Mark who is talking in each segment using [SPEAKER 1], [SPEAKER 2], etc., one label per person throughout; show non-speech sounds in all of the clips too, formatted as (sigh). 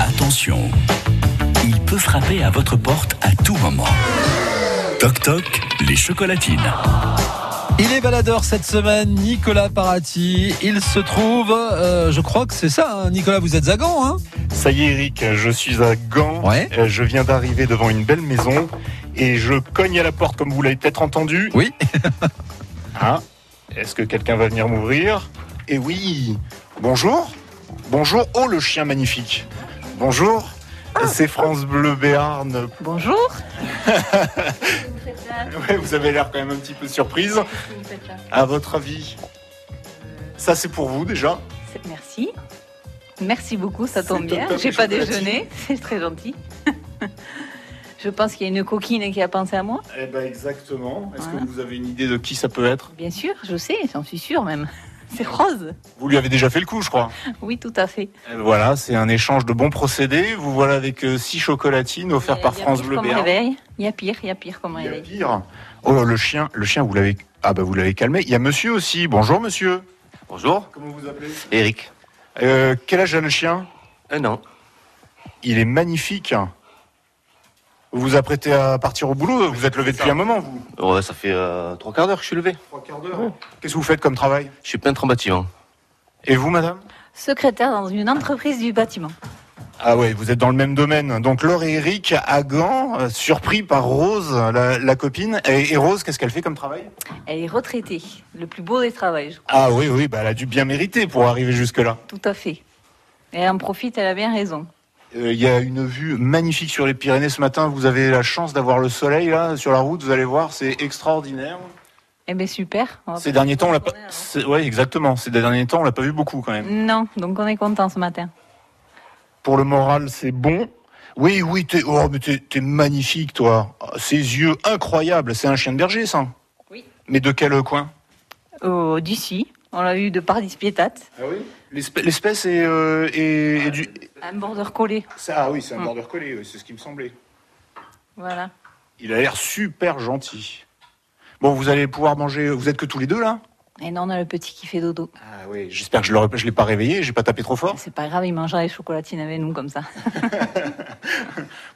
[SPEAKER 1] Attention, il peut frapper à votre porte à tout moment. Toc toc, les chocolatines.
[SPEAKER 2] Il est baladeur cette semaine, Nicolas Parati. Il se trouve, euh, je crois que c'est ça, hein. Nicolas, vous êtes à Gand, hein
[SPEAKER 3] Ça y est, Eric, je suis à Gand.
[SPEAKER 2] Ouais.
[SPEAKER 3] Euh, Je viens d'arriver devant une belle maison et je cogne à la porte, comme vous l'avez peut-être entendu.
[SPEAKER 2] Oui.
[SPEAKER 3] (laughs) Hein Est-ce que quelqu'un va venir m'ouvrir Eh oui Bonjour Bonjour Oh, le chien magnifique Bonjour c'est France Bleu Béarn. (laughs)
[SPEAKER 4] Bonjour.
[SPEAKER 3] Ouais, vous avez l'air quand même un petit peu surprise. À votre avis, ça c'est pour vous déjà
[SPEAKER 4] (laughs) Merci. Merci beaucoup, ça
[SPEAKER 3] C'est
[SPEAKER 4] tombe
[SPEAKER 3] top,
[SPEAKER 4] bien.
[SPEAKER 3] top,
[SPEAKER 4] J'ai
[SPEAKER 3] les
[SPEAKER 4] pas
[SPEAKER 3] chocolatines.
[SPEAKER 4] déjeuné, c'est très gentil. (laughs) Je pense qu'il y a une coquine qui a pensé à moi.
[SPEAKER 3] Eh ben exactement. Est-ce
[SPEAKER 4] Voilà.
[SPEAKER 3] que vous avez une idée de qui ça peut être
[SPEAKER 4] Bien sûr, je sais, j'en suis sûre même. (laughs) C'est Rose.
[SPEAKER 3] Vous lui avez déjà fait le coup, je crois.
[SPEAKER 4] Oui, tout à fait.
[SPEAKER 3] Eh ben Voilà, c'est un échange de bons procédés. Vous voilà avec euh, six chocolatines offertes
[SPEAKER 4] Il y a-
[SPEAKER 3] par
[SPEAKER 4] il y a
[SPEAKER 3] France
[SPEAKER 4] pire
[SPEAKER 3] Bleu
[SPEAKER 4] comme
[SPEAKER 3] Béarn.
[SPEAKER 4] réveil. Il y a pire, il y a pire comme
[SPEAKER 3] Il y a
[SPEAKER 4] réveil.
[SPEAKER 3] pire. Oh là, le chien, le chien, vous l'avez. Ah bah vous l'avez calmé. Il y a Monsieur aussi. Bonjour Monsieur.
[SPEAKER 5] Bonjour,
[SPEAKER 3] Comment vous appelez Euh,
[SPEAKER 5] Eric.
[SPEAKER 3] Quel âge a le chien
[SPEAKER 5] Un an.
[SPEAKER 3] Il est magnifique. Vous vous apprêtez à partir au boulot. Vous êtes levé depuis un moment. Vous.
[SPEAKER 5] Ouais, ça fait euh, trois quarts d'heure que je suis levé.
[SPEAKER 3] Trois quarts d'heure. Qu'est-ce que vous faites comme travail
[SPEAKER 5] Je suis peintre en bâtiment.
[SPEAKER 3] Et vous, Madame
[SPEAKER 4] Secrétaire dans une entreprise du bâtiment.
[SPEAKER 3] Ah ouais, vous êtes dans le même domaine. Donc Laure et Eric à Gand, euh, surpris par Rose, la, la copine. Et, et Rose, qu'est-ce qu'elle fait comme travail
[SPEAKER 4] Elle est retraitée. Le plus beau des travaux, je crois.
[SPEAKER 3] Ah oui, oui, bah elle a dû bien mériter pour arriver jusque-là.
[SPEAKER 4] Tout à fait. Et elle en profite, elle a bien raison.
[SPEAKER 3] Euh, Il y a une vue magnifique sur les Pyrénées ce matin. Vous avez la chance d'avoir le soleil là sur la route. Vous allez voir, c'est extraordinaire.
[SPEAKER 4] Eh bien, super. on va
[SPEAKER 3] Ces
[SPEAKER 4] pas-
[SPEAKER 3] derniers temps, on l'a pas.
[SPEAKER 4] journée, hein.
[SPEAKER 3] c'est- Ouais, exactement. Ces derniers temps, on l'a pas vu beaucoup quand même.
[SPEAKER 4] Non, donc on est content ce matin.
[SPEAKER 3] Pour le moral, c'est bon. Oui, oui, t'es oh, mais t'es- t'es magnifique, toi. Ses yeux incroyables. C'est un chien de berger, ça.
[SPEAKER 4] Oui.
[SPEAKER 3] Mais de quel coin
[SPEAKER 4] Oh, d'ici, on l'a eu de Pardis Pietate,
[SPEAKER 3] Ah oui L'espèce l'espèce est, euh, est- est du.
[SPEAKER 4] un border collé.
[SPEAKER 3] Ça, ah oui, c'est un
[SPEAKER 4] Hmm.
[SPEAKER 3] border collé, oui, c'est ce qui me semblait.
[SPEAKER 4] Voilà.
[SPEAKER 3] Il a l'air super gentil. Bon, vous allez pouvoir manger. Vous êtes que tous les deux là
[SPEAKER 4] Et non, on a le petit qui fait dodo.
[SPEAKER 3] Ah oui. J'espère que je ne l'ai pas réveillé, j'ai pas tapé trop fort.
[SPEAKER 4] C'est pas grave, il mangera les chocolatines avec nous comme ça.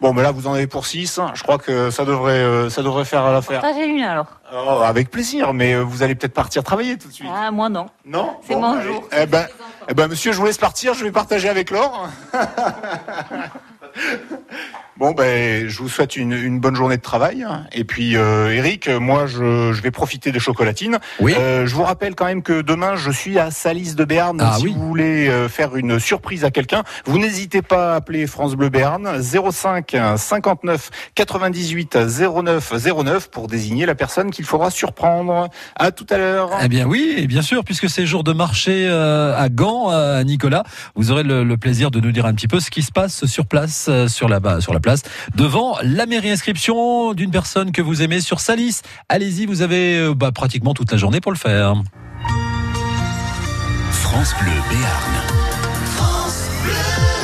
[SPEAKER 3] Bon, mais là, vous en avez pour 6. Je crois que ça devrait, euh, ça devrait faire l'affaire.
[SPEAKER 4] Partagez une alors.
[SPEAKER 3] Oh, avec plaisir, mais euh, vous allez peut-être partir travailler tout de suite.
[SPEAKER 4] Ah, moi non.
[SPEAKER 3] Non
[SPEAKER 4] C'est
[SPEAKER 3] Bon,
[SPEAKER 4] mon
[SPEAKER 3] allez.
[SPEAKER 4] jour.
[SPEAKER 3] Eh ben, eh ben, monsieur, je vous laisse partir, je vais partager avec Laure. (laughs) bon, ben, je vous souhaite une, une bonne journée de travail. Et puis, euh, Eric, moi, je, je vais profiter des chocolatines.
[SPEAKER 2] Oui.
[SPEAKER 3] Euh, je vous rappelle quand même que demain, je suis à Salis de Béarn.
[SPEAKER 2] Ah
[SPEAKER 3] si
[SPEAKER 2] oui.
[SPEAKER 3] vous voulez euh, faire une surprise à quelqu'un, vous n'hésitez pas à appeler France Bleu Béarn 05 59 98 09 09 pour désigner la personne qu'il faudra surprendre. À tout à l'heure.
[SPEAKER 2] Eh bien oui, et bien sûr, puisque c'est jour de marché euh, à Gand, euh, Nicolas, vous aurez le, le plaisir de nous dire un petit peu ce qui se passe sur place, euh, sur la, bah, sur la place, devant la mairie inscription d'une personne que vous aimez sur Salis. Allez-y, vous avez euh, bah, pratiquement toute la journée pour le faire.
[SPEAKER 1] France Bleu Béarn.